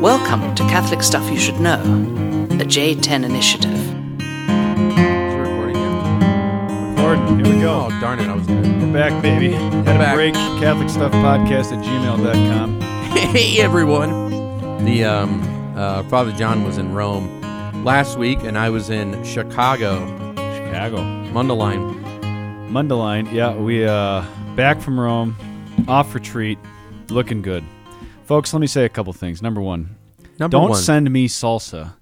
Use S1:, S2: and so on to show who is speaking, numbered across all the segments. S1: Welcome to Catholic Stuff You Should Know, the J10 Initiative.
S2: Is it recording yet?
S3: Gordon, here we
S2: Oh,
S3: go.
S2: darn it. I was going
S3: We're back, baby. Had
S2: We're
S3: a
S2: back.
S3: break. Catholic Stuff Podcast at gmail.com.
S2: to. Hey, everyone. The um, uh, Father John was in Rome last week, and I was in Chicago,
S3: Chicago.
S2: Mundelein.
S3: Mundelein. Yeah, we uh back from Rome, off retreat, looking good. Folks, let me say a couple things. Number one,
S2: Number
S3: don't
S2: one.
S3: send me salsa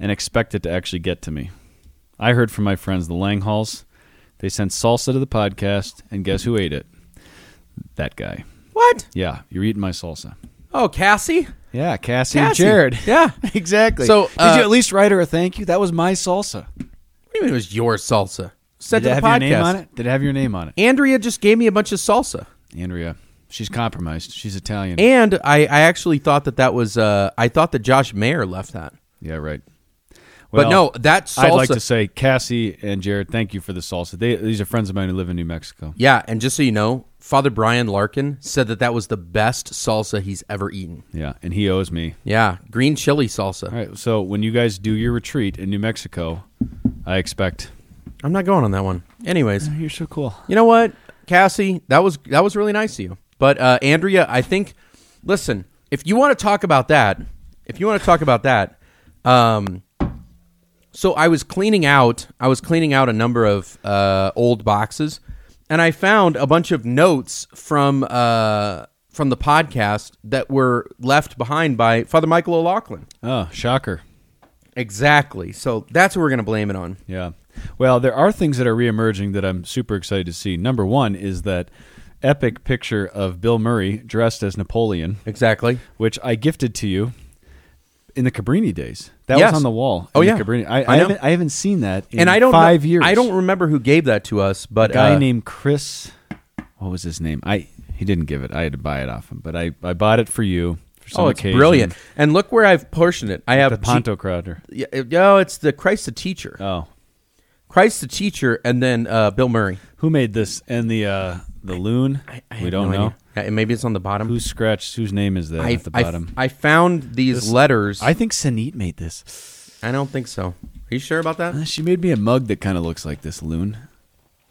S3: and expect it to actually get to me. I heard from my friends, the Langhalls. They sent salsa to the podcast, and guess who ate it? That guy.
S2: what?
S3: Yeah, you're eating my salsa.
S2: Oh, Cassie?
S3: Yeah, Cassie, and
S2: Cassie.
S3: Jared.
S2: Yeah. What
S3: exactly.
S2: So,
S3: did
S2: uh,
S3: you at least write her a thank you? That was my salsa.
S2: do you mean it was your salsa? Sent
S3: Did
S2: to
S3: it
S2: the
S3: have
S2: podcast.
S3: your name on it? Did it have your name on it?
S2: Andrea just gave me a bunch of salsa.
S3: Andrea. She's compromised. She's Italian.
S2: And I, I actually thought that that was, uh, I thought that Josh Mayer left that.
S3: yeah, right.
S2: but
S3: Well,
S2: no, that salsa.
S3: I'd like to say Cassie and Jared, thank you for the salsa. They, these are friends of mine who live in New Mexico.
S2: yeah, and just so you know, Father Brian Larkin said that that was the best salsa he's ever eaten.
S3: Yeah, and he owes me.
S2: Yeah, green chili salsa.
S3: All right, so when you guys do your retreat in New Mexico, I expect
S2: I'm not going on that one. Anyways,
S3: you're so cool.
S2: you know what, Cassie, that was that was really nice of you. But uh, Andrea, I think, listen, if you want to talk about that, if you want to talk about that, um, so I was cleaning out, I was cleaning out a number of uh, old boxes, and I found a bunch of notes from uh, from the podcast that were left behind by Father Michael O'Loughlin.
S3: Oh, shocker.
S2: Exactly. So that's what we're gonna blame it on.
S3: Yeah. Well, there are things that are reemerging that I'm super excited to see. Number one is that epic picture of Bill Murray dressed as Napoleon.
S2: Exactly.
S3: which I gifted to you in the Cabrini days. That
S2: Yes.
S3: was on the wall.
S2: Oh,
S3: in the
S2: yeah.
S3: Cabrini. I,
S2: I
S3: I,
S2: know.
S3: haven't, I haven't seen that in
S2: and I don't
S3: five
S2: know-
S3: years.
S2: I don't remember who gave that to us, but
S3: A guy
S2: uh,
S3: named Chris. What was his name? I he didn't give it. I had to buy it off him, but I, I bought it for you. For some
S2: oh, it's
S3: occasion.
S2: brilliant. And look where I've portioned it. I have
S3: The Ponto Crowder.
S2: G- yeah, no, it's the Christ the Teacher,
S3: Oh,
S2: Christ the Teacher, and then uh, Bill Murray.
S3: who made this? And the uh, the loon.
S2: I
S3: we
S2: have
S3: don't
S2: no
S3: know
S2: idea. Yeah, and maybe it's on the bottom.
S3: who scratched whose name is that
S2: I,
S3: at the
S2: I-
S3: bottom.
S2: I found these
S3: This-
S2: letters.
S3: I
S2: I,
S3: think Sanit made this.
S2: don't think so. Are you sure about that?
S3: Uh, She made me a mug that kind of looks like this loon.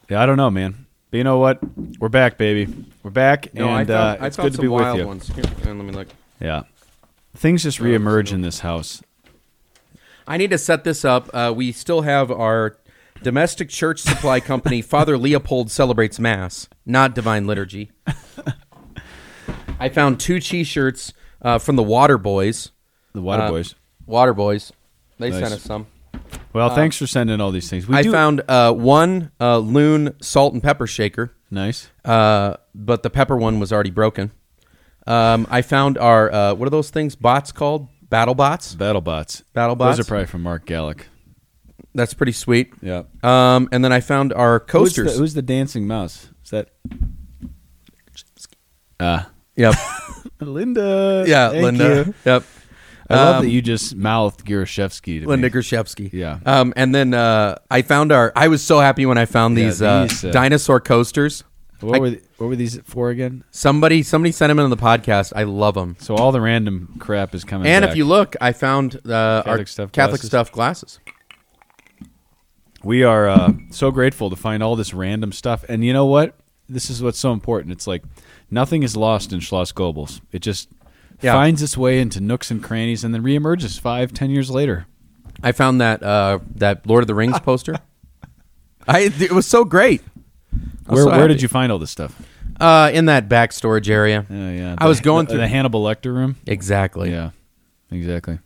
S3: Yeah, I don't know, man. But you know what? We're back, baby. We're back,
S2: No, I
S3: and
S2: found,
S3: uh,
S2: I
S3: it's
S2: found
S3: good to
S2: some
S3: be with
S2: wild
S3: you.
S2: ones. Oh, Here, and let me look.
S3: Yeah, things just reemerge
S2: so-
S3: in this house.
S2: I need to set this up. Uh, we still have our domestic church supply company, Father Leopold Celebrates Mass, not Divine Liturgy. I found two t shirts uh, from the Water Boys.
S3: The Water
S2: Uh,
S3: Boys.
S2: Water Boys. They
S3: Nice.
S2: sent us some.
S3: Well, thanks for sending all these things. We
S2: uh, I
S3: do
S2: found uh, one uh, Loon salt and pepper shaker,
S3: nice.
S2: uh, but the pepper one was already broken. Um, I found our, uh, what are those things, bots called? Battle bots?
S3: Battle bots.
S2: Battle
S3: Those
S2: bots?
S3: are probably from Mark Gallic.
S2: That's pretty sweet.
S3: Yeah.
S2: Um, and then I found our
S3: Who's
S2: coasters.
S3: the, who's the dancing mouse? Is that? Ah,
S2: Yep.
S3: Linda.
S2: Yeah,
S3: Thank
S2: Linda.
S3: you.
S2: Yep.
S3: I love
S2: Um,
S3: that you just mouthed Gurashevsky to
S2: Linda
S3: me.
S2: Grishevsky.
S3: Yeah.
S2: Um, and then uh, I found our. I was so happy when I found
S3: Yeah,
S2: these, uh,
S3: these, uh,
S2: dinosaur coasters.
S3: What
S2: I-
S3: were the- what were these for again?
S2: Somebody, somebody sent them into the podcast. I love them.
S3: So all the random crap is coming.
S2: And
S3: back.
S2: if you look, I found uh, our
S3: Catholic Stuff
S2: Catholic
S3: glasses.
S2: stuff glasses.
S3: we are uh, so grateful to find all this random stuff. And you know what? This is what's so important. It's like nothing is lost in Schloss Goebbels. It just
S2: Yeah.
S3: finds its way into nooks and crannies and then reemerges five, ten years later.
S2: I found that uh, that Lord of the Rings poster. I it was so great. I was
S3: Where,
S2: so
S3: where
S2: happy.
S3: did you find all this stuff?
S2: Uh, in that back storage area.
S3: Oh yeah,
S2: I was going
S3: the,
S2: through
S3: the Hannibal Lecter room.
S2: exactly.
S3: Yeah, exactly.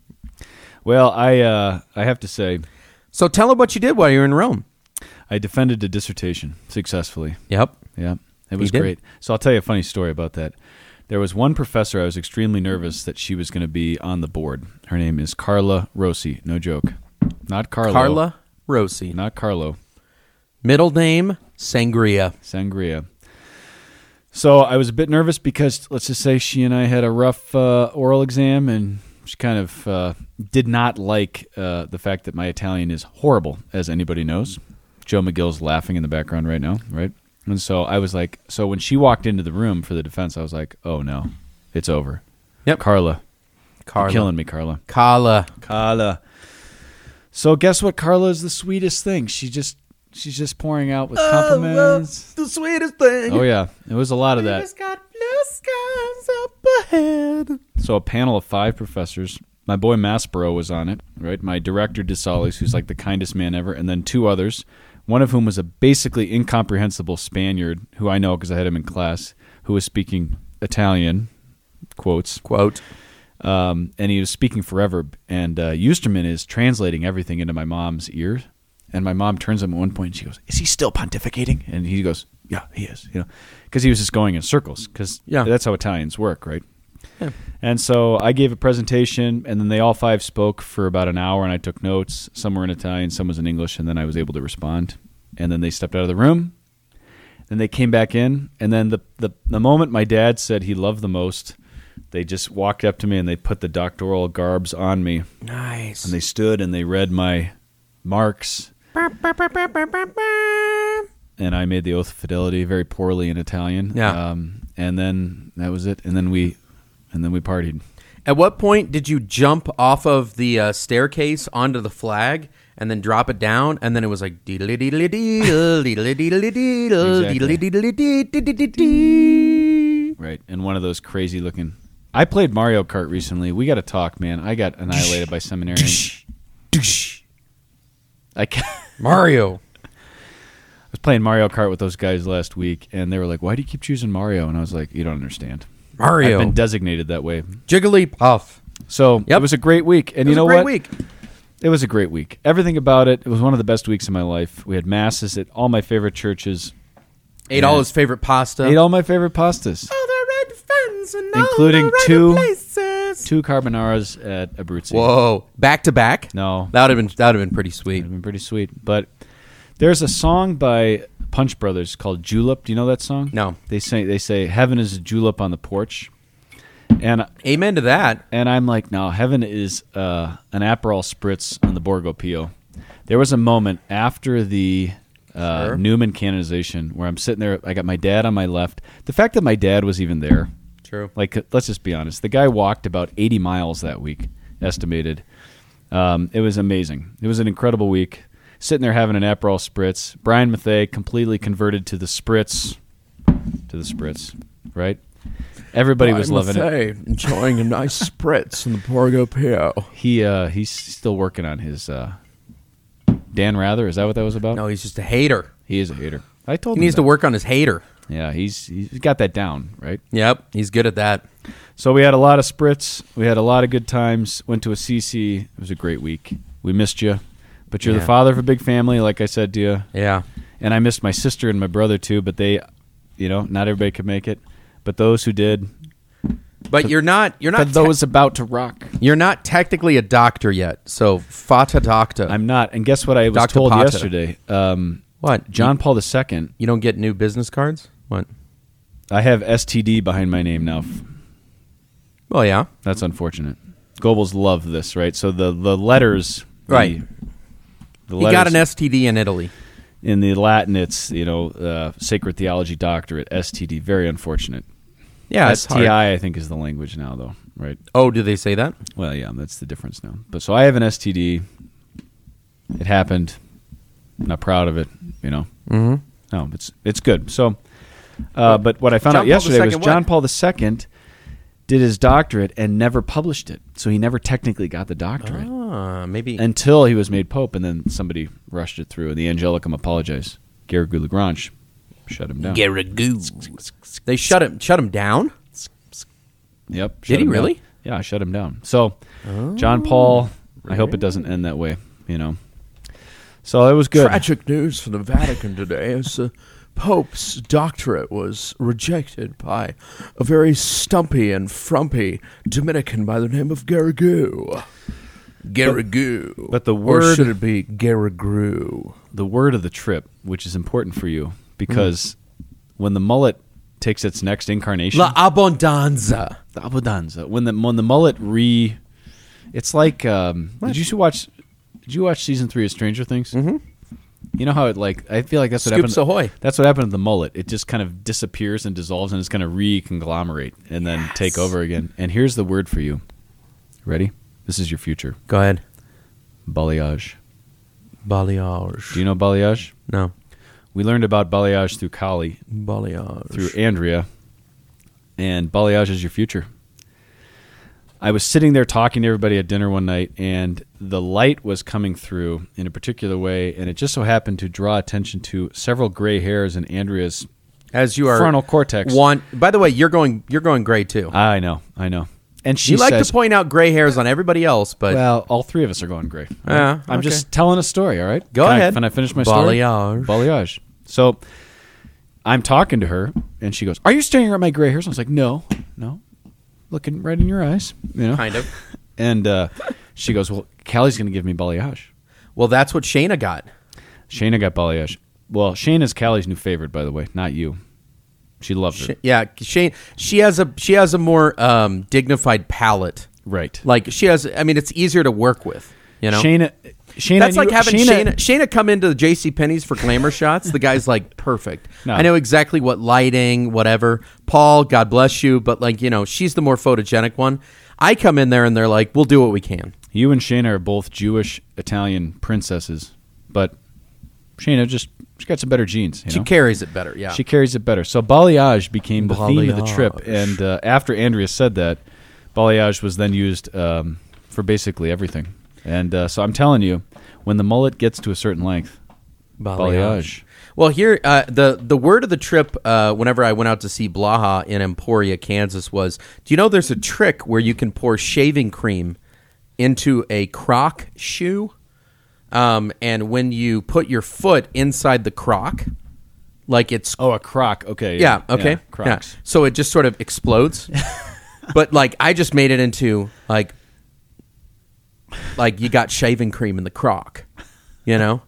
S3: Well, I uh, I have to say,
S2: So tell them what you did while you were in Rome.
S3: I defended a dissertation successfully.
S2: Yep.
S3: Yeah, it was
S2: did?
S3: great. So I'll tell you a funny story about that. There was one professor I was extremely nervous that she was going to be on the board. Her name is Carla Rossi. No joke. Not Carlo.
S2: Carla Rossi.
S3: Not Carlo.
S2: Middle name Sangria.
S3: Sangria. So I was a bit nervous because let's just say she and I had a rough uh, oral exam, and she kind of uh, did not like uh, the fact that my Italian is horrible, as anybody knows. Joe McGill's laughing in the background right now, right? And so I was like, so when she walked into the room for the defense, I was like, oh no, it's over.
S2: Yep.
S3: Carla,
S2: Carla.
S3: Killing me, Carla.
S2: Carla.
S3: Carla. So guess what? Carla is the sweetest thing. She just she's just pouring out
S2: Oh,
S3: with compliments.
S2: The sweetest thing.
S3: Oh yeah, it was a lot of that.
S2: got blue skies up ahead.
S3: So a panel of five professors. My boy Maspero was on it, right? My director Desales, who's like the kindest man ever, and then two others, one of whom was a basically incomprehensible Spaniard who I know because I had him in class, who was speaking Italian, quotes,
S2: Quote.
S3: um, and he was speaking forever. And uh, Eusterman is translating everything into my mom's ear. And my mom turns to him at one point and she goes, "Is he still pontificating?" And he goes, "Yeah, he is." You know, because he was just going in circles. Because
S2: Yeah.
S3: that's how Italians work, right? And so I gave a presentation, and then they all five spoke for about an hour, and I took notes. Some were in Italian, some was in English, and then I was able to respond. And then they stepped out of the room. Then they came back in, and then the, the, the moment my dad said he loved the most, they just walked up to me and they put the doctoral garbs on me,
S2: Nice.
S3: and they stood and they read my marks, and I made the oath of fidelity very poorly in Italian.
S2: Yeah.
S3: Um, and then that was it, and then we, and then we partied.
S2: At what point did you jump off of the uh, staircase onto the flag and then drop it down? And then it was like deedle deedle deedle deedle deedle deedle
S3: Exactly.
S2: deedle deedle dee, dee, dee, dee, dee.
S3: Right, and one of those crazy looking. I played Mario Kart recently. We got to talk, man. I got annihilated by seminarians. I, ca- I
S2: Mario.
S3: was playing Mario Kart with those guys last week, and they were like, "Why do you keep choosing Mario?" And I was like, "You don't understand. I've
S2: Mario.
S3: been designated that way."
S2: Jigglypuff.
S3: So
S2: Yep.
S3: it was a great week, and
S2: It was
S3: you know
S2: a great
S3: what?
S2: week.
S3: It was a great week. Everything about it. It was one of the best weeks of my life. We had masses at all my favorite churches.
S2: Ate all his favorite pasta.
S3: Ate all my favorite pastas. Including two- Two carbonaras at Abruzzi.
S2: Whoa. Back to back?
S3: No.
S2: That would have been that would have been pretty sweet.
S3: It'd been pretty sweet. But there's a song by Punch Brothers called "Julep." Do you know that song?
S2: No.
S3: They say they say heaven is a julep on the porch, and
S2: Amen to that.
S3: and I'm like, no, heaven is uh, an aperol spritz on the Borgo Pio. There was a moment after the uh,
S2: Sure.
S3: Newman canonization where I'm sitting there. I got my dad on my left. The fact that my dad was even there,
S2: True.
S3: like, let's just be honest. The guy walked about 80 miles that week, estimated. Um, it was amazing. It was an incredible week. Sitting there having an Aperol spritz. Brian Mathey completely converted to the spritz, to the spritz, right? Everybody was loving it.
S2: enjoying a nice spritz in the Borgo Pio.
S3: He uh, he's still working on his uh, Dan Rather. Is that what that was about?
S2: No, he's just a hater.
S3: he is a hater. I told
S2: He
S3: him
S2: needs
S3: that.
S2: to work on his hater.
S3: Yeah, he's he's got that down, right?
S2: Yep, he's good at that.
S3: So we had a lot of spritz. We had a lot of good times. Went to a CC. It was a great week. We missed you, but you're
S2: Yeah.
S3: the father of a big family, like I said to you.
S2: Yeah.
S3: And I missed my sister and my brother too, but they, you know, not everybody could make it. But those who did,
S2: But you're not you're
S3: for
S2: not
S3: those about to rock,
S2: te- you're not technically a doctor yet. So fata doctor.
S3: I'm not. And guess what? I was
S2: Dr.
S3: told
S2: Pata.
S3: yesterday. Um,
S2: what?
S3: John Paul II
S2: You don't get new business cards? What?
S3: I have STD behind my name now.
S2: Well, yeah.
S3: That's unfortunate. Goebbels loved this, right? So the the letters, the-
S2: Right.
S3: The
S2: He
S3: letters
S2: got an STD in Italy.
S3: in the Latin. It's you know uh, sacred theology doctorate STD. Very unfortunate.
S2: Yeah, it's hard.
S3: STI I think is the language now though, right?
S2: Oh, do they say that?
S3: Well, yeah, that's the difference now. But so I have an STD. It happened. I'm not proud of it, you know. Mm-hmm. No, it's it's good. So, uh, but what I found
S2: John
S3: out
S2: Paul
S3: yesterday
S2: II
S3: was
S2: what?
S3: John Paul II did his doctorate and never published it, so he never technically got the doctorate
S2: Ah, maybe.
S3: until he was made pope, and then somebody rushed it through, and the Angelicum apologized. Garrigou Lagrange shut him down.
S1: Garagoo.
S2: they shut him shut him down?
S3: Yep. shut
S2: Did he
S3: him
S2: really? Oh,
S3: down. Yeah, I shut him down. So, John Paul, I hope it doesn't end that way, you know. So it was good.
S4: Tragic news from the Vatican today as the Pope's doctorate was rejected by a very stumpy and frumpy Dominican by the name of Garrigou. Garrigou.
S3: but the
S4: Or
S3: word-
S4: should it be Garrigou?
S3: The word of the trip, which is important for you, because when the mullet takes its next incarnation,
S2: Hmm. La Abondanza.
S3: the abudanza, when the when the mullet re, it's like um, did you watch? Did you watch season three of Stranger Things? Mm-hmm. You know how it like I feel like that's what
S2: Scoops
S3: happened.
S2: ahoy.
S3: That's what happened to the mullet. It just kind of disappears and dissolves, and it's going to re-conglomerate and then take over again. And here's the word for you: Ready? This is your future.
S2: Go ahead.
S3: Balayage.
S2: Balayage.
S3: Do you know balayage?
S2: no.
S3: We learned about balayage through Kali,
S2: Balayage.
S3: through Andrea, and balayage is your future. I was sitting there talking to everybody at dinner one night, and the light was coming through in a particular way, and it just so happened to draw attention to several gray hairs in Andrea's.
S2: As you are
S3: Frontal cortex.
S2: One. By the way, you're going. You're going gray too.
S3: I know, I know. And she
S2: you like
S3: says,
S2: to point out gray hairs on everybody else, but
S3: Well, all three of us are going gray.
S2: Yeah,
S3: I'm
S2: okay.
S3: just telling a story, all right?
S2: Go
S3: Can I-
S2: ahead.
S3: can I finish my story?
S2: Balayage.
S3: Balayage. So I'm talking to her, and she goes, Are you staring at my gray hairs? I was like, No, no. Looking right in your eyes, you know?
S2: kind of.
S3: And uh, she goes, Well, Callie's going to give me balayage.
S2: Well, that's what Shayna got.
S3: Shayna got balayage. Well, Shayna's Callie's new favorite, by the way, not you. She loved
S2: Sh-
S3: it.
S2: yeah, Shane. She has a she has a more um, dignified palette.
S3: Right.
S2: Like she has. I mean, it's easier to work with. You know,
S3: Shayna. Shayna
S2: That's like
S3: you-
S2: having Shayna, Shayna come into the J.C. Penney's for glamour shots. The guy's like perfect.
S3: No.
S2: I know exactly what lighting, whatever. Paul, God bless you, but like you know, she's the more photogenic one. I come in there and they're like, "We'll do what we can."
S3: You and Shayna are both Jewish Italian princesses, but Shayna just she got some better genes. You
S2: She
S3: know?
S2: carries it better. Yeah,
S3: She carries it better. So balayage became the theme of the trip,
S2: Balayage.
S3: and uh, after Andrea said that, balayage was then used um, for basically everything. And uh, so I'm telling you, when the mullet gets to a certain length, balayage.
S2: Well, here uh, the the word of the trip. Uh, whenever I went out to see Blaha in Emporia, Kansas, was do you know there's a trick where you can pour shaving cream into a croc shoe, um, and when you put your foot inside the croc, like it's
S3: Oh, a croc. Okay.
S2: yeah, okay
S3: crocs.
S2: yeah. so it just sort of explodes. but like I just made it into like like you got shaving cream in the crock, you know.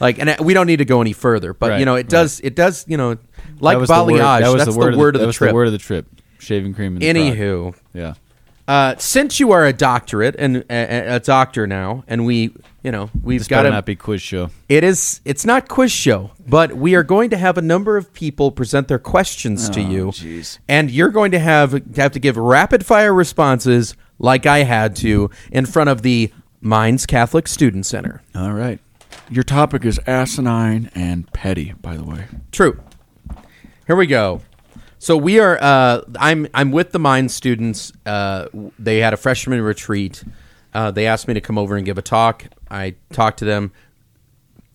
S2: Like, and I- we don't need to go any further, but
S3: Right,
S2: you know, it does, it does, you know, like
S3: That was the word-
S2: balayage.
S3: that was
S2: that's
S3: the word,
S2: of
S3: that
S2: the
S3: was
S2: trip.
S3: The word of the trip. Shaving cream. And the croc.
S2: Anywho,
S3: Yeah.
S2: uh, since you are a doctorate and uh, a, a doctor now, and we, you know, we've
S3: This
S2: got
S3: better
S2: to
S3: not be quiz show.
S2: it is. It's not quiz show, but we are going to have a number of people present their questions to you,
S3: jeez.
S2: and you're going to have have to give rapid fire responses like I had to in front of the Mines Catholic Student Center.
S3: All right.
S4: Your topic is asinine and petty, by the way.
S2: True. Here we go. So we are. Uh, I'm. I'm with the mine students. Uh, w- they had a freshman retreat. Uh, they asked me to come over and give a talk. I talked to them,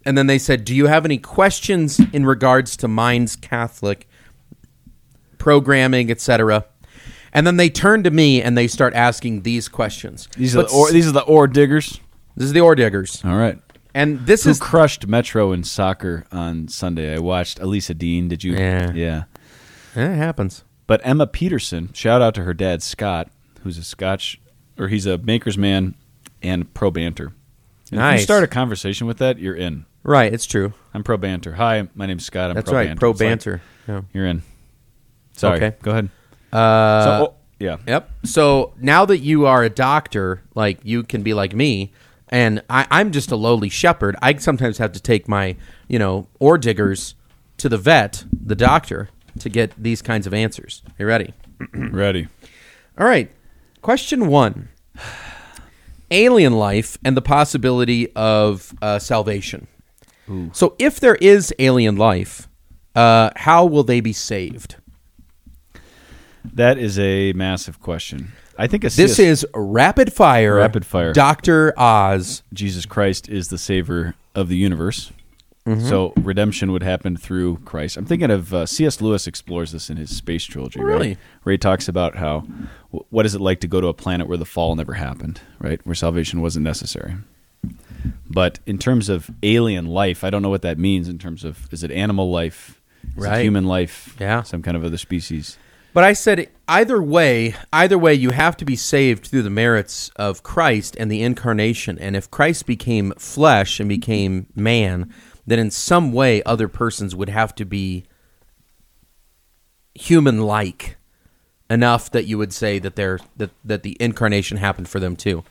S2: and then they said, "Do you have any questions in regards to Mines Catholic programming, etc.?" And then they turn to me and they start asking these questions.
S3: These are
S2: But
S3: the or,
S2: s-
S3: these are the ore diggers.
S2: this is the ore diggers,
S3: All right.
S2: and this
S3: Who
S2: is
S3: crushed Metro in soccer on Sunday? I watched Elisa Dean. Did you?
S2: Yeah. Eh, it happens.
S3: But Emma Peterson, shout out to her dad Scott, who's a Scotch or he's a maker's man and pro banter. And If
S2: Nice.
S3: you start a conversation with that, you're in.
S2: Right, it's true.
S3: I'm pro banter. Hi, my name's Scott. I'm
S2: That's
S3: pro
S2: right,
S3: banter.
S2: pro
S3: It's like,
S2: banter. yeah.
S3: you're in. Sorry.
S2: Okay.
S3: Go ahead.
S2: Uh,
S3: So, oh, yeah.
S2: Yep. So now that you are a doctor, like you can be like me, and I, I'm just a lowly shepherd. I sometimes have to take my, you know, ore diggers to the vet, the doctor, to get these kinds of answers. You ready?
S3: Ready.
S2: All right. Question one: Alien life and the possibility of uh, salvation. So, if there is alien life, uh, how will they be saved?
S3: That is a massive question. I think a
S2: This
S3: CS
S2: is rapid fire.
S3: Rapid ffire.
S2: Doctor Oz.
S3: Jesus Christ is the savior of the universe.
S2: Mm-hmm.
S3: So redemption would happen through Christ. I'm thinking of uh, C.S. Lewis explores this in his space trilogy,
S2: Really?
S3: right? Where he talks about how wh- what is it like to go to a planet where the fall never happened, right? Where salvation wasn't necessary. But in terms of alien life, I don't know what that means. In terms of is it animal life, is it
S2: Right.
S3: human life,
S2: Yeah.
S3: some kind of other species?
S2: But I said either way, either way, you have to be saved through the merits of Christ and the incarnation. And if Christ became flesh and became man, then in some way other persons would have to be human like enough that you would say that they're that, that the incarnation happened for them too.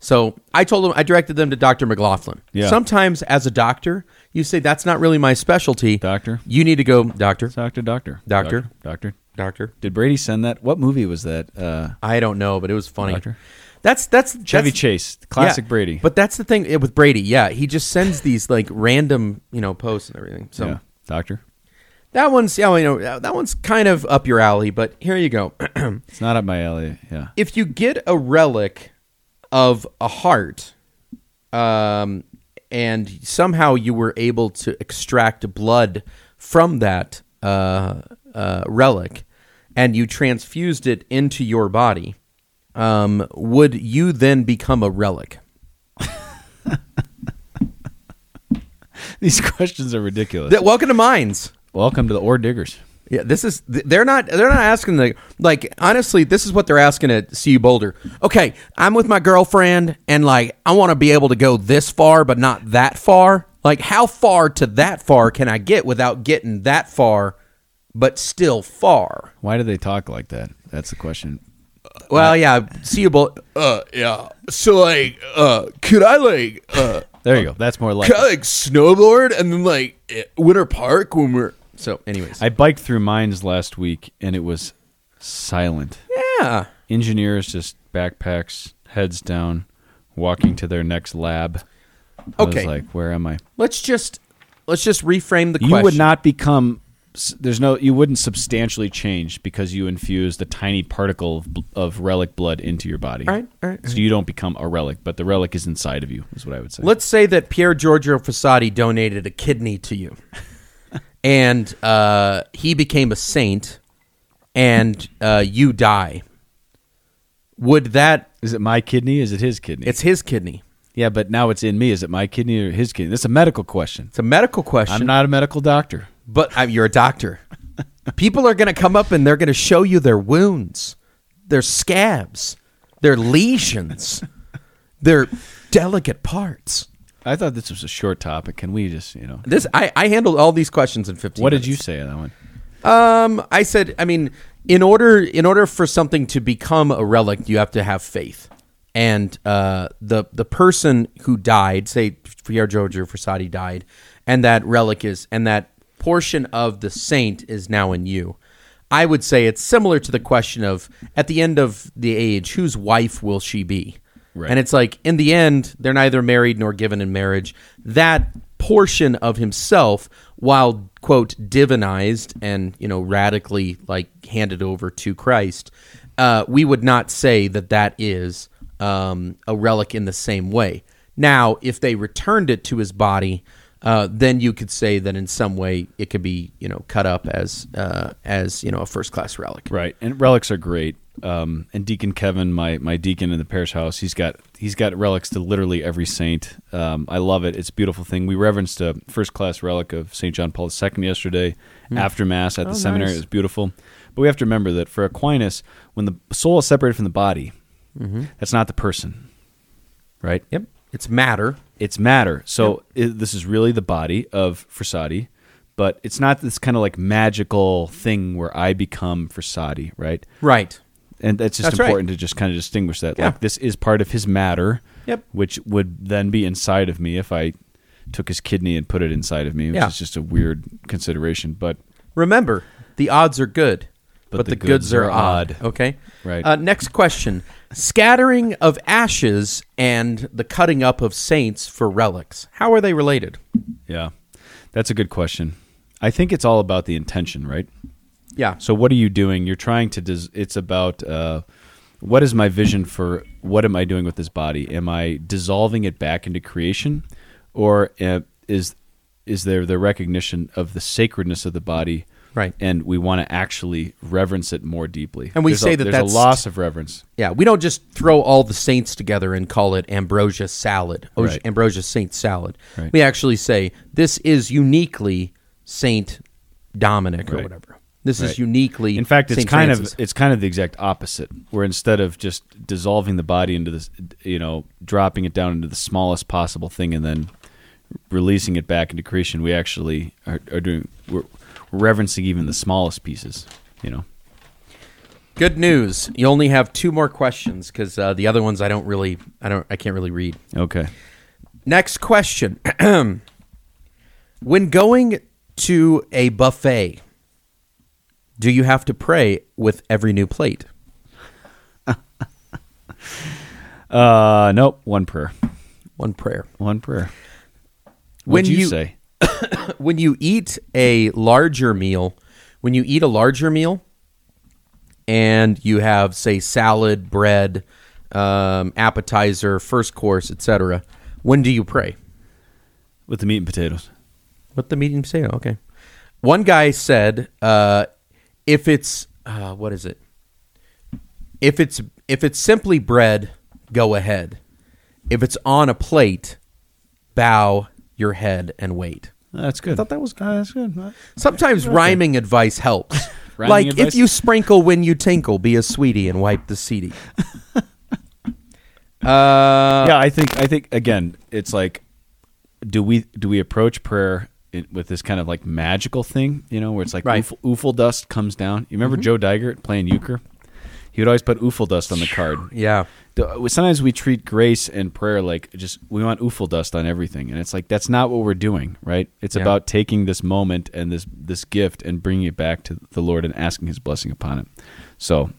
S2: So I told them I directed them to Dr. McLaughlin.
S3: Yeah.
S2: Sometimes as a doctor, you say that's not really my specialty.
S3: Doctor?
S2: You need to go doctor.
S3: Doctor, doctor,
S2: Doctor.
S3: doctor.
S2: Doctor.
S3: Did Brady send that? What movie was that? Uh,
S2: I don't know, but it was funny.
S3: Roger.
S2: That's that's
S3: Chevy
S2: that's-
S3: Chase, classic
S2: yeah.
S3: Brady.
S2: But that's the thing eh, with Brady. Yeah, he just sends these like random you know posts and everything. So
S3: yeah, doctor,
S2: that one's yeah, well, you know that- that one's kind of up your alley. But here you go.
S3: it's not up my alley. Yeah,
S2: if you get a relic of a heart, um, and somehow you were able to extract blood from that uh, uh, relic, and you transfused it into your body, um, would you then become a relic?
S3: these questions are ridiculous.
S2: Th- welcome to mines.
S3: Welcome to the Ore Diggers.
S2: Yeah, this is th- they're not they're not asking the like honestly this is what they're asking at CU Boulder. Okay, I'm with my girlfriend and like I want to be able to go this far but not that far. Like how far to that far can I get without getting that far but still far?
S3: Why do they talk like that? That's the question.
S2: Well, yeah, CU Boulder
S4: Uh, yeah. So like, uh, could I like, uh,
S3: There you go. That's more like.
S4: could I like snowboard and then like eh, Winter Park when we're
S2: so anyways.
S3: I biked through mines last week and it was silent.
S2: yeah.
S3: Engineers just backpacks, heads down, walking to their next lab. I was
S2: Okay.
S3: like, where am I?
S2: Let's just let's just reframe the
S3: You
S2: question.
S3: would not become. s- There's no. You wouldn't substantially change because you infuse the tiny particle of, bl- of relic blood into your body.
S2: All right, all right, all
S3: So you don't become a relic, but the relic is inside of you. Is what I would say.
S2: Let's say that Pier Giorgio Frassati donated a kidney to you, and uh, he became a saint, and uh, you die. Would that?
S3: is it my kidney? Is it his kidney?
S2: It's his kidney.
S3: yeah, but now it's in me. Is it my kidney or his kidney? That's a medical question.
S2: It's a medical question,
S3: I'm not a medical doctor.
S2: but uh, you're a doctor. People are going to come up and they're going to show you their wounds, their scabs, their lesions, their delicate parts.
S3: I thought this was a short topic. Can we just, you know,
S2: This I, I handled all these questions in 15
S3: what
S2: minutes.
S3: did you say on that one?
S2: Um, I said, I mean, in order in order for something to become a relic, you have to have faith. And uh, the the person who died, say Pierre Giorgio Frassati died, and that relic is and that portion of the saint is now in you. I would say it's similar to the question of at the end of the age, whose wife will she be?
S3: Right.
S2: And it's like in the end, they're neither married nor given in marriage. That portion of himself, while quote divinized and you know radically like handed over to Christ, uh, we would not say that that is um, a relic in the same way. Now, if they returned it to his body, uh, then you could say that in some way it could be you know cut up as uh, as you know a first class relic.
S3: Right. And relics are great. Um, and Deacon Kevin, my, my deacon in the parish house, he's got he's got relics to literally every saint. Um, I love it. It's a beautiful thing. We reverenced a first class relic of St. John Paul II yesterday after Mass at the seminary. It was beautiful. But we have to remember that for Aquinas, when the soul is separated from the body, that's not the person. Right?
S2: Yep, it's matter.
S3: it's matter. So i this is really the body of Frasati, but it's not this kind of like magical thing where I become Frasati, right?
S2: Right.
S3: And that's just
S2: That's right.
S3: important to just kind of distinguish that.
S2: Yeah.
S3: Like this is part of his matter,
S2: Yep.
S3: which would then be inside of me if I took his kidney and put it inside of me, which
S2: Yeah.
S3: is just a weird consideration. But
S2: Remember, the odds are good, but, the, goods, are odd. Okay.
S3: Right.
S2: Uh, next question: Scattering of ashes and the cutting up of saints for relics. How are they related?
S3: yeah, that's a good question. I think it's all about the intention, right?
S2: Yeah.
S3: So what are you doing? You're trying to. Des- it's about uh, what is my vision for what am I doing with this body? Am I dissolving it back into creation, or uh, is is there the recognition of the sacredness of the body?
S2: Right.
S3: And we want to actually reverence it more deeply.
S2: And we
S3: There's
S2: say
S3: a,
S2: that
S3: there's
S2: that's-
S3: a loss of reverence.
S2: Yeah, we don't just throw all the saints together and call it Ambrosia salad, or
S3: Right.
S2: Ambrosia Saint salad.
S3: Right.
S2: We actually say this is uniquely Saint Dominic or
S3: Right.
S2: whatever. This
S3: Right.
S2: is uniquely.
S3: In fact, it's
S2: Saint
S3: kind
S2: Francis.
S3: of it's kind of the exact opposite. Where instead of just dissolving the body into this, you know, dropping it down into the smallest possible thing and then releasing it back into creation, we actually are, are doing we're reverencing even the smallest pieces. You know,
S2: Good news. You only have two more questions because uh, the other ones I don't really, I don't, I can't really read.
S3: okay,
S2: Next question. when going to a buffet, do you have to pray with every new plate?
S3: Uh, nope. One prayer.
S2: One prayer.
S3: One prayer.
S2: When
S3: What'd you,
S2: you-
S3: say?
S2: When you eat a larger meal, when you eat a larger meal, and you have say salad, bread, um, appetizer, first course, etc. When do you pray?
S3: With the meat and potatoes.
S2: What the medium potato? Okay. One guy said, uh, if it's uh, what is it? If it's if it's simply bread, go ahead. If it's on a plate, bow your head and wait.
S3: That's good. I thought that was good. that's good.
S2: Sometimes rhyming advice helps.
S3: Rhyming
S2: like
S3: advice?
S2: if you sprinkle when you tinkle, be a sweetie and wipe the seedy. uh,
S3: yeah, I think I think again, it's like, do we do we approach prayer in, with this kind of like magical thing? You know, where it's like
S2: Right. Mm-hmm.
S3: oofle, oofle dust comes down. You remember Joe Digert playing euchre? He would always put oofle dust on the card.
S2: yeah.
S3: The- Sometimes we treat grace and prayer like just we want oofle dust on everything, and it's like that's not what we're doing, right? It's
S2: Yeah.
S3: about taking this moment and this this gift and bringing it back to the Lord and asking His blessing upon it. So,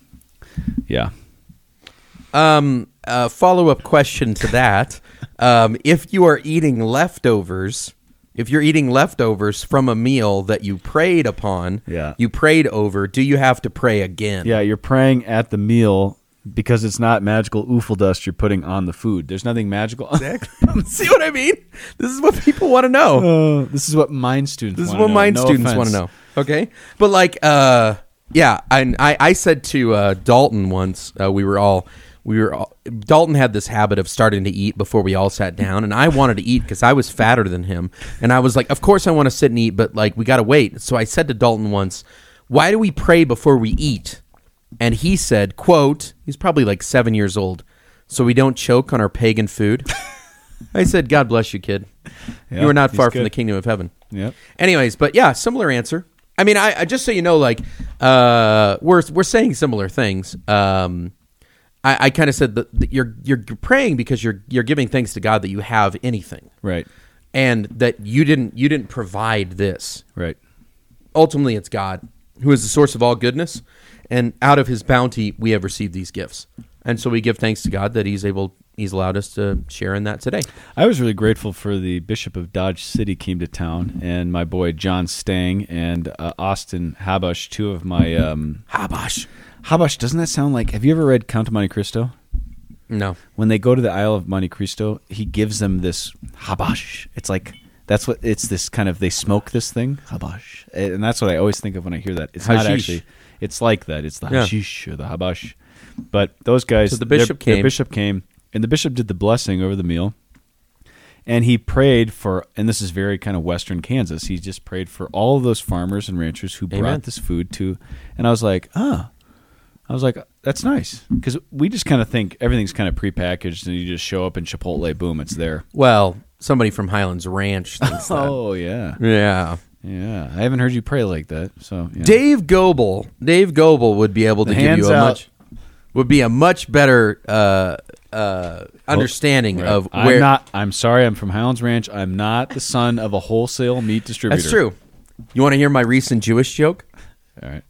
S3: yeah,
S2: Um, uh, follow up question to that: um, If you are eating leftovers, if you're eating leftovers from a meal that you prayed upon,
S3: Yeah.
S2: you prayed over, do you have to pray again?
S3: Yeah, you're praying at the meal because it's not magical oofle dust you're putting on the food. There's nothing magical.
S2: See what I mean? This is what people want to know.
S3: Uh, this is what mine students.
S2: This is
S3: wanna
S2: what
S3: know.
S2: mine
S3: No
S2: students
S3: offense.
S2: want to know. Okay, but like, uh, yeah, and I, I said to uh, Dalton once uh, we were all we were all, Dalton had this habit of starting to eat before we all sat down, and I wanted to eat because I was fatter than him, and I was like, of course I want to sit and eat, but like we got to wait. So I said to Dalton once, why do we pray before we eat? And he said, quote, he's probably like seven years old, so we don't choke on our pagan food. I said, God bless you, kid.
S3: Yeah,
S2: you are not
S3: he's
S2: far from
S3: good.
S2: the kingdom of heaven.
S3: Yep.
S2: Anyways, but yeah, similar answer. I mean, I, I just so you know, like uh, we're we're saying similar things. Um, I, I kind of said that, that you're you're praying because you're you're giving thanks to God that you have anything,
S3: Right.
S2: and that you didn't you didn't provide this.
S3: Right.
S2: Ultimately, it's God who is the source of all goodness, and out of His bounty we have received these gifts, and so we give thanks to God that He's able He's allowed us to share in that today.
S3: I was really grateful for the Bishop of Dodge City came to town, and my boy John Stang and uh, Austin Habash, two of my um,
S2: Habash.
S3: Habash. Doesn't that sound like? Have you ever read Count of Monte Cristo?
S2: No.
S3: when they go to the Isle of Monte Cristo, he gives them this habash. It's like that's what it's this kind of they smoke this thing habash, and that's what I always think of when I hear that. It's not
S2: Hashish.
S3: actually. It's like that. It's the
S2: Yeah.
S3: hashish or the habash. But those guys,
S2: So the
S3: their-
S2: bishop
S3: their
S2: came.
S3: bishop came, and the bishop did the blessing over the meal, and he prayed for. And this is very kind of Western Kansas. He just prayed for all of those farmers and ranchers who
S2: Amen.
S3: brought this food to. And I was like, ah, I was like, that's nice because we just kind of think everything's kind of prepackaged and you just show up in Chipotle, boom, it's there.
S2: Well, somebody from Highlands Ranch thinks that.
S3: Oh yeah,
S2: Yeah.
S3: yeah. I haven't heard you pray like that. So yeah.
S2: Dave Goebel. Dave Goebel would be able to
S3: The
S2: give
S3: hands
S2: you a
S3: out.
S2: much would be a much better uh, uh, understanding
S3: Right.
S2: of
S3: I'm
S2: where
S3: not. I'm sorry. I'm from Highlands Ranch. I'm not the son of a wholesale meat distributor.
S2: that's true. You want to hear my recent Jewish joke?
S3: All right.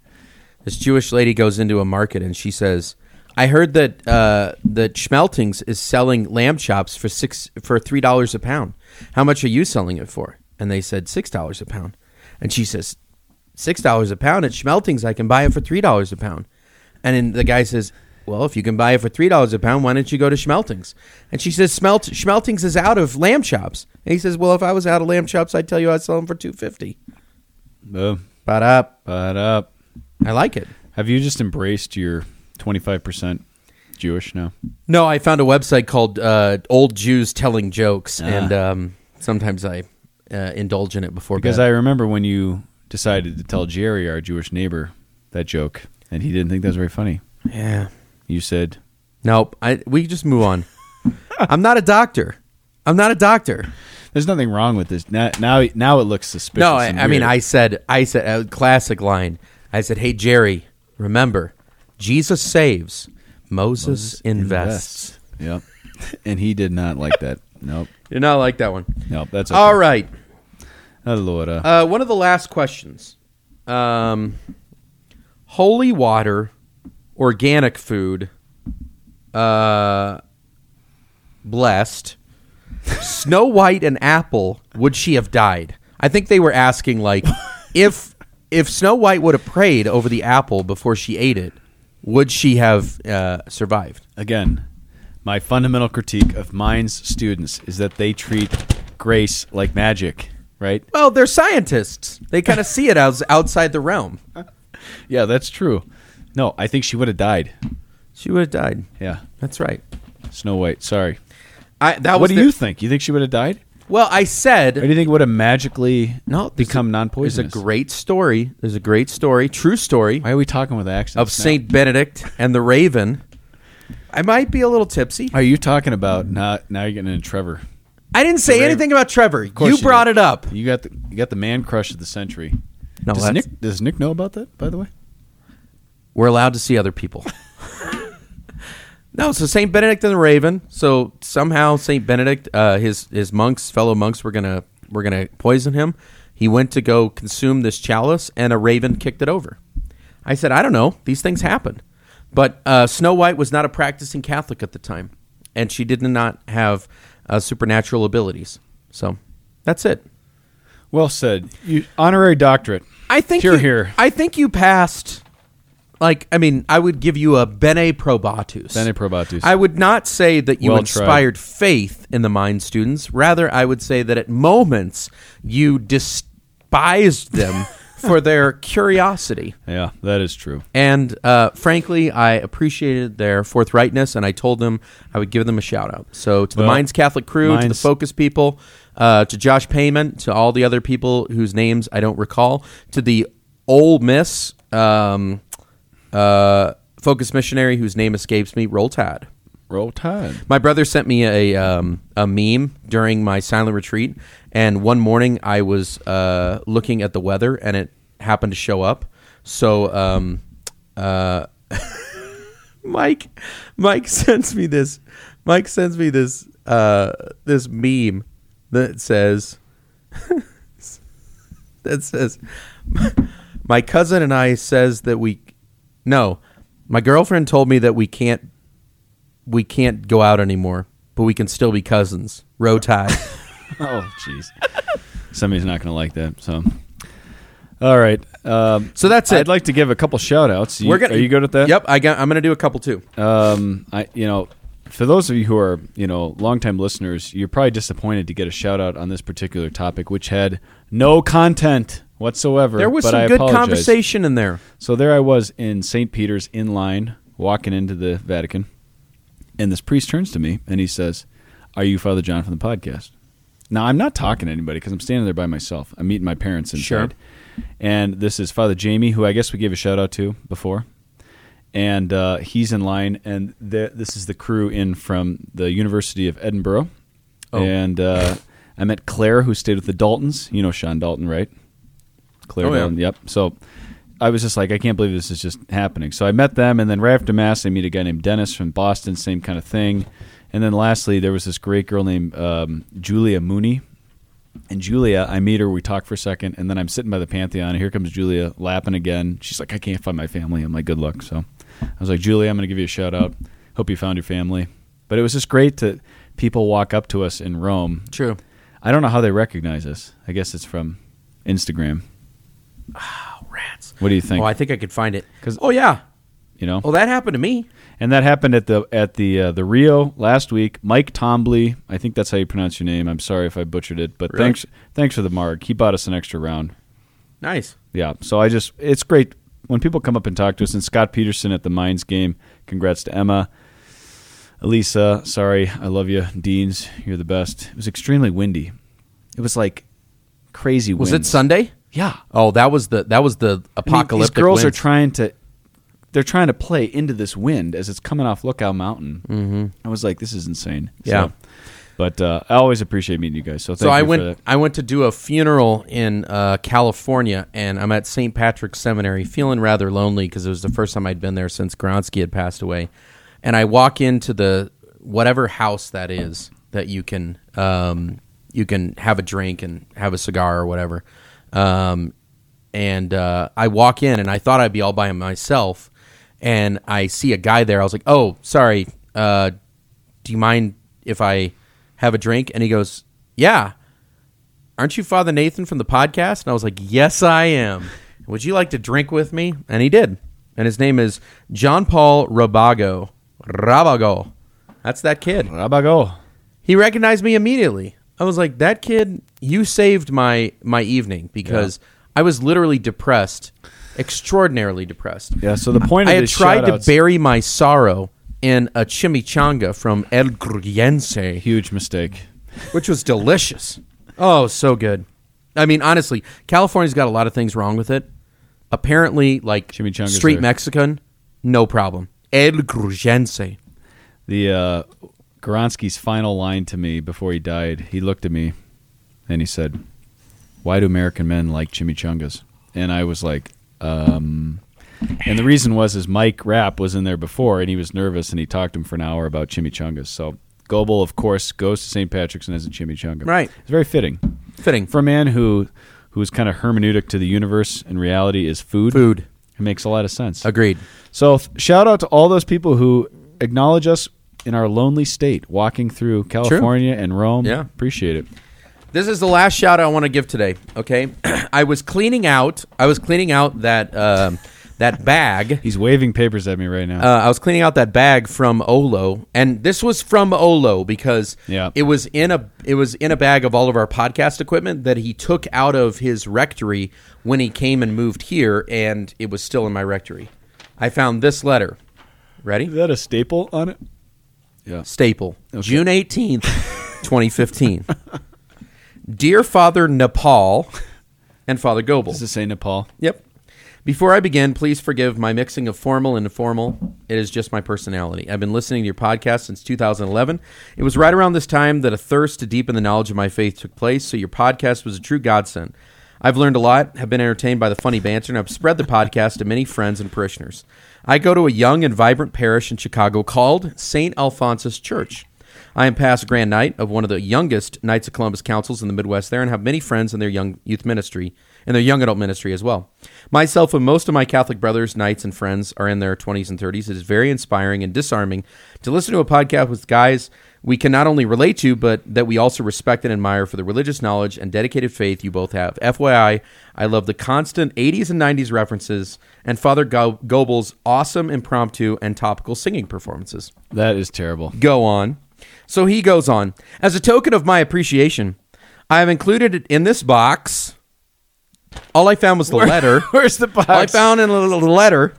S2: This Jewish lady goes into a market and she says, "I heard that uh, that Schmeltings is selling lamb chops for six for three dollars a pound. How much are you selling it for?" And they said six dollars a pound. And she says, six dollars a pound at Schmeltings, I can buy it for three dollars a pound." And then the guy says, "Well, if you can buy it for three dollars a pound, why don't you go to Schmeltings?" And she says, "Smelt Schmeltings is out of lamb chops." And he says, "Well, if I was out of lamb chops, I'd tell you I'd sell them for two fifty.
S3: Boom.
S2: But up,
S3: But up.
S2: I like it.
S3: Have you just embraced your 25 percent Jewish now?
S2: No, I found a website called uh, Old Jews Telling Jokes, and um, sometimes I uh, indulge in it before
S3: Because I
S2: bed.
S3: remember when you decided to tell Jerry, our Jewish neighbor, that joke, and he didn't think that was very funny.
S2: I yeah.
S3: You said,
S2: Nope. I we just move on. I'm not a doctor. I'm not a doctor.
S3: There's nothing wrong with this. Now, now, now it looks suspicious.
S2: No, I,
S3: and
S2: I mean
S3: weird.
S2: I said I said a classic line. I said, "Hey Jerry, remember, Jesus saves, Moses, invests."
S3: Yep. and he did not like that. Nope.
S2: You're not like that one.
S3: Nope. That's okay.
S2: All right.
S3: Allora.
S2: Uh, one of the last questions. Um, holy water, organic food, uh, blessed Snow White and Apple, would she have died? I think they were asking like if if Snow White would have prayed over the apple before she ate it, would she have uh, survived?
S3: Again, my fundamental critique of Mind's students is that they treat grace like magic, right?
S2: Well, they're scientists. They kind of see it as outside the realm.
S3: Yeah, that's true. No, I think she would have died.
S2: She would have died.
S3: Yeah,
S2: That's right.
S3: Snow White. Sorry.
S2: I that
S3: what
S2: was
S3: do
S2: the-
S3: you think? You think she would have died?
S2: Well, I said
S3: Or do you think it would have magically
S2: No, there's
S3: become
S2: a-
S3: non
S2: There's a
S3: poisonous?
S2: great story. There's a great story, true story
S3: Why are we talking with accents?
S2: of
S3: now?
S2: Saint Benedict and the Raven. I might be a little tipsy.
S3: Are you talking about now? Now you're getting into Trevor.
S2: I didn't say
S3: Raven-
S2: anything about Trevor.
S3: course
S2: You
S3: you
S2: brought
S3: did.
S2: it up.
S3: You got the you got the man crush of the century.
S2: No,
S3: does
S2: that's-
S3: Nick does Nick know about that? By the way,
S2: We're allowed to see other people. no, so Saint Benedict and the Raven. So somehow Saint Benedict, uh, his his monks, fellow monks, were gonna were gonna poison him. He went to go consume this chalice, and a raven kicked it over. I said, I don't know. These things happen. But uh, Snow White was not a practicing Catholic at the time, and she did not have uh, supernatural abilities. So that's it.
S3: well said. You honorary doctorate.
S2: I think
S3: You're
S2: you-
S3: here.
S2: I think you passed. Like, I mean, I would give you a bene probatus.
S3: Bene probatus.
S2: I would not say that you
S3: Well tried.
S2: inspired faith in the mind students. Rather, I would say that at moments you despised them for their curiosity.
S3: Yeah, that is true.
S2: And uh, frankly, I appreciated their forthrightness, and I told them I would give them a shout out. So to the
S3: Well,
S2: Minds Catholic crew, to the
S3: Minds-
S2: Focus people, uh, to Josh Payman, to all the other people whose names I don't recall, to the Ole Miss um, uh, Focus missionary whose name escapes me, Roll Tide.
S3: Roll Tide.
S2: My brother sent me a um, a meme during my silent retreat, and one morning I was uh, looking at the weather, and it happened to show up. So, um, uh, Mike, Mike sends me this. Mike sends me this uh, this meme that says that says my cousin and I says that we no, my girlfriend told me that we can't we can't go out anymore, but we can still be cousins. Row tie.
S3: Oh, jeez. Somebody's not going to like that. So, all right. Um,
S2: So that's it.
S3: I'd like to give a couple shout outs. You, are you good with that?
S2: Yep, I got, I'm gonna do a couple too.
S3: Um, I you know, for those of you who are you know longtime listeners, you're probably disappointed to get a shout out on this particular topic, which had no content whatsoever.
S2: There was
S3: but
S2: some
S3: I
S2: good
S3: apologize.
S2: conversation in there.
S3: So there I was in St. Peter's in line, walking into the Vatican, and this priest turns to me and he says, "Are you Father John from the podcast?" Now I'm not talking to anybody because I'm standing there by myself. I'm meeting my parents inside,
S2: Sure.
S3: and this is Father Jamie, who I guess we gave a shout out to before, and uh, he's in line, and the, this is the crew in from the University of Edinburgh,
S2: Oh.
S3: and uh, I met Claire, who stayed with the Daltons. You know Sean Dalton, right? Claire
S2: Oh, yeah.
S3: Dalton. Yep. So I was just like, I can't believe this is just happening. So I met them, and then right after mass, I meet a guy named Dennis from Boston, same kind of thing. And then lastly, there was this great girl named um, Julia Mooney. And Julia, I meet her, we talk for a second, and then I'm sitting by the Pantheon. and Here comes Julia lapping again. She's like, I can't find my family. I'm like, good luck. So I was like, Julia, I'm going to give you a shout out. Hope you found your family. But it was just great to people walk up to us in Rome.
S2: True.
S3: I don't know how they recognize us. I guess it's from Instagram.
S2: Rats.
S3: What do you think?
S2: Oh, I think I could find it.
S3: 'Cause-
S2: Oh yeah.
S3: you know,
S2: Oh, that happened to me.
S3: and that happened at the at the uh, the Rio last week. Mike Tombley, I think that's how you pronounce your name. I'm sorry if I butchered it, but
S2: Really?
S3: thanks thanks for the mark. He bought us an extra round.
S2: Nice.
S3: Yeah, so I just it's great when people come up and talk to us. And Scott Peterson at the Mines game. Congrats to Emma, Elisa. Sorry, I love you, Deans. You're the best. It was extremely windy. It was like crazy.
S2: Was it
S3: winds.
S2: Sunday?
S3: Yeah.
S2: Oh, that was the that was the
S3: I mean,
S2: apocalyptic.
S3: these girls
S2: winds.
S3: are trying to they're trying to play into this wind as it's coming off Lookout Mountain. Mm-hmm. I was like, this is insane.
S2: Yeah.
S3: So- but uh, I always appreciate meeting you guys. So thank
S2: So
S3: you
S2: I
S3: for that.
S2: went. I went to do a funeral in uh, California, and I'm at St. Patrick's Seminary, feeling rather lonely because it was the first time I'd been there since Gronsky had passed away. And I walk into the whatever house that is that you can um, you can have a drink and have a cigar or whatever. Um, and uh, I walk in, and I thought I'd be all by myself, and I see a guy there. I was like, "Oh, sorry. Uh, do you mind if I have a drink?" And he goes, "Yeah." Aren't you Father Nathan from the podcast? And I was like, "Yes, I am." Would you like to drink with me? And he did. And his name is John Paul Rabago. Rabago. That's that kid.
S3: Rabago.
S2: He recognized me immediately. I was like, "That kid, you saved my my evening because I was literally depressed, extraordinarily depressed."
S3: Yeah. So the point
S2: I
S3: of
S2: had
S3: this
S2: tried to
S3: shout-outs-
S2: bury my sorrow in a chimichanga from El Gruyense,
S3: huge mistake.
S2: which was delicious. Oh, so good. I mean, honestly, California's got a lot of things wrong with it. Apparently, like
S3: Chimichangas
S2: street
S3: are-
S2: Mexican, no problem. El Gruyense.
S3: The uh, Goransky's final line to me before he died, he looked at me and he said, "Why do American men like chimichangas?" And I was like, um, and the reason was is Mike Rapp was in there before and he was nervous and he talked to him for an hour about chimichangas. So Goebel, of course, goes to St. Patrick's and has a chimichanga.
S2: Right.
S3: It's very fitting.
S2: Fitting.
S3: for a man who who's kind of hermeneutic to the universe and reality is food.
S2: Food.
S3: It makes a lot of sense.
S2: Agreed.
S3: So th- shout out to all those people who acknowledge us in our lonely state, walking through California and Rome.
S2: Yeah.
S3: appreciate it.
S2: This is the last shout out I want to give today. Okay, I was cleaning out. I was cleaning out that um, that bag.
S3: He's waving papers at me right now.
S2: uh, I was cleaning out that bag from Olo, and this was from Olo because
S3: Yeah.
S2: it was in a it was in a bag of all of our podcast equipment that he took out of his rectory when he came and moved here, and it was still in my rectory. I found this letter.
S3: is
S2: Ready?
S3: that a staple on it?
S2: Staple, June eighteenth, twenty fifteen. Dear Father Nepal and Father Goebel.
S3: Does it say Nepal?
S2: Yep. Before I begin, please forgive my mixing of formal and informal. It is just my personality. I've been listening to your podcast since 2011. It was right around this time that a thirst to deepen the knowledge of my faith took place, so your podcast was a true godsend. I've learned a lot, have been entertained by the funny banter, and I've spread the podcast to many friends and parishioners. I go to a young and vibrant parish in Chicago called St. Alphonsus Church. I am past Grand Knight of one of the youngest Knights of Columbus councils in the Midwest there and have many friends in their young youth ministry and their young adult ministry as well. Myself and most of my Catholic brothers, knights, and friends are in their 20s and 30s. It is very inspiring and disarming to listen to a podcast with guys we can not only relate to, but that we also respect and admire for the religious knowledge and dedicated faith you both have. FYI, I love the constant 80s and 90s references and Father Go- Goebel's awesome impromptu and topical singing performances
S3: That is terrible.
S2: go on. So he goes on. As a token of my appreciation, I have included it in this box. All I found was the letter.
S3: Where's the box?
S2: All I found in the letter.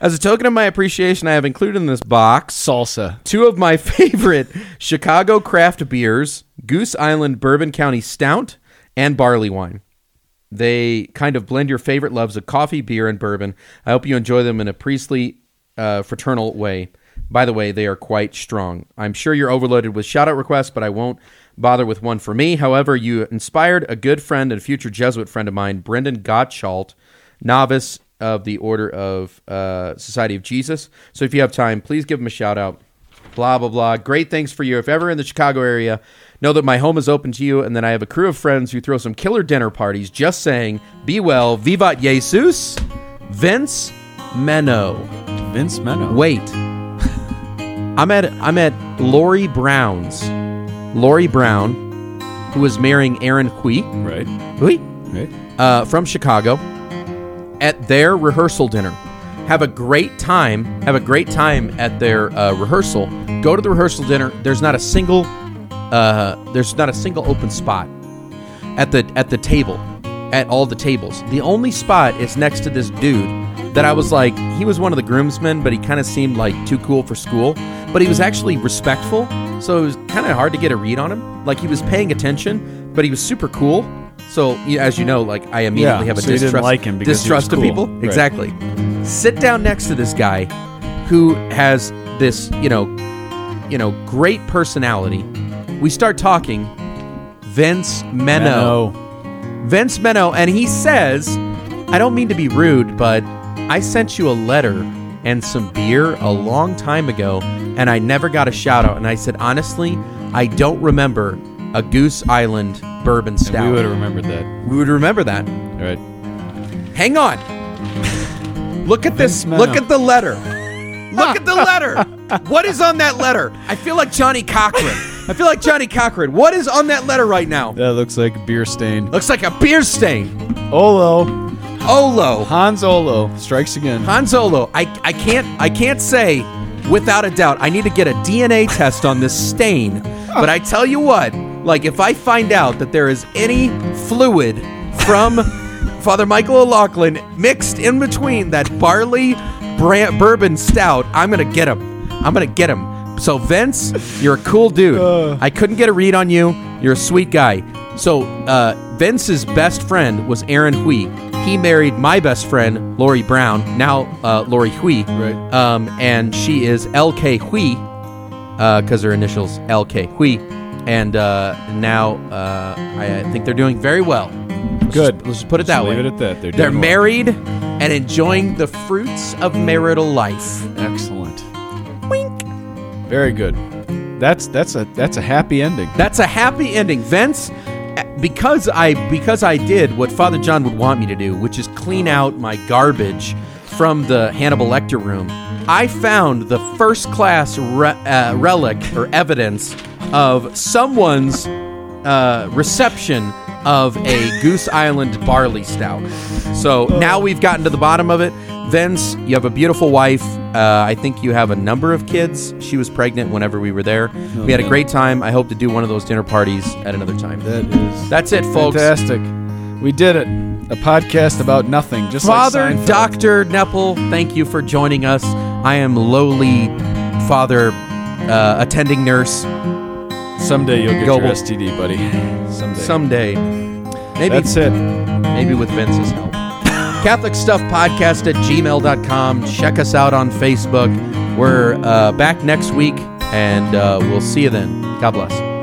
S2: As a token of my appreciation, I have included in this box
S3: salsa.
S2: two of my favorite Chicago craft beers, Goose Island Bourbon County Stout and barley wine. They kind of blend your favorite loves of coffee, beer, and bourbon. I hope you enjoy them in a priestly, uh, fraternal way. By the way, they are quite strong. I'm sure you're overloaded with shout out requests, but I won't bother with one for me. However, you inspired a good friend and future Jesuit friend of mine, Brendan Gottschalk, novice of the Order of uh, Society of Jesus. So if you have time, please give him a shout out. Blah, blah, blah. Great thanks for you. If ever in the Chicago area, know that my home is open to you and that I have a crew of friends who throw some killer dinner parties. Just saying, be well. Vivat Jesus, Vince Menno.
S3: Vince Menno.
S2: Wait. I'm at I'm at Lori Brown's. Lori Brown, who is marrying Aaron Hui.
S3: Right.
S2: Hui?
S3: Right.
S2: uh, from Chicago at their rehearsal dinner. Have a great time. Have a great time at their uh, rehearsal. Go to the rehearsal dinner. There's not a single, uh, there's not a single open spot at the at the table, at all the tables. The only spot is next to this dude that I was like, he was one of the groomsmen, but he kind of seemed like too cool for school. But he was actually respectful, so it was kind of hard to get a read on him. Like he was paying attention, but he was super cool. So yeah, as you know, like I immediately
S3: Yeah,
S2: have a
S3: so you didn't
S2: distrust,
S3: like him because he was
S2: distrust of
S3: cool.
S2: people.
S3: Right.
S2: Exactly. Sit down next to this guy who has this, you know, you know, great personality. We start talking. Vince Menno. Vince Menno, and he says, I don't mean to be rude, but I sent you a letter and some beer a long time ago, and I never got a shout out. And I said, honestly, I don't remember a Goose Island bourbon
S3: We
S2: stout.
S3: would have remembered that.
S2: We would remember that.
S3: All right.
S2: Hang on. Look at this.
S3: Vince Menno.
S2: Look at the letter. Look at the letter. What is on that letter? I feel like Johnny Cochran. I feel like Johnny Cochran. What is on that letter right now?
S3: That looks like beer stain.
S2: Looks like a beer stain.
S3: Olo.
S2: Olo.
S3: Hans Olo strikes again.
S2: Han Solo. I, I can't I can't say without a doubt. I need to get a DNA test on this stain. But I tell you what, like if I find out that there is any fluid from Father Michael O'Loughlin mixed in between that barley bran- bourbon stout, I'm gonna get him. I'm gonna get him. So Vince, you're a cool dude. I couldn't get a read on you. You're a sweet guy. So uh, Vince's best friend was Aaron Hui. He married my best friend Lori Brown, now uh, Lori Hui,
S3: Right.
S2: Um, and she is L.K. Hui because her initials L.K. Hui. And uh, now uh, I think they're doing very well. Let's
S3: Good.
S2: just- let's just put it
S3: Just
S2: that way.
S3: leave it at that. They're
S2: they're
S3: doing well.
S2: married and enjoying the fruits of marital life.
S3: Excellent. Wink. Very good. That's that's a that's a happy ending.
S2: That's a happy ending, Vince. eh, Because I because I did what Father John would want me to do, which is clean out my garbage from the Hannibal Lecter room. I found the first class re- uh, relic or evidence of someone's uh, reception of a Goose Island barley stout. So now we've gotten to the bottom of it. Vince, you have a beautiful wife. Uh, I think you have a number of kids. She was pregnant whenever we were there. we had a
S3: man.
S2: great time. I hope to do one of those dinner parties at another time.
S3: That is
S2: That's it, folks.
S3: fantastic. We did it. A podcast about nothing. Just
S2: Father
S3: like Seinfeld.
S2: Dr. Nepple, thank you for joining us. I am lowly father uh, attending nurse
S3: Someday you'll get
S2: Go-
S3: your STD, buddy. Someday.
S2: someday. Maybe
S3: That's it.
S2: maybe with Vince's help. Catholic Stuff Podcast at gmail.com. Check us out on Facebook. We're uh, back next week, and uh, we'll see you then. God bless.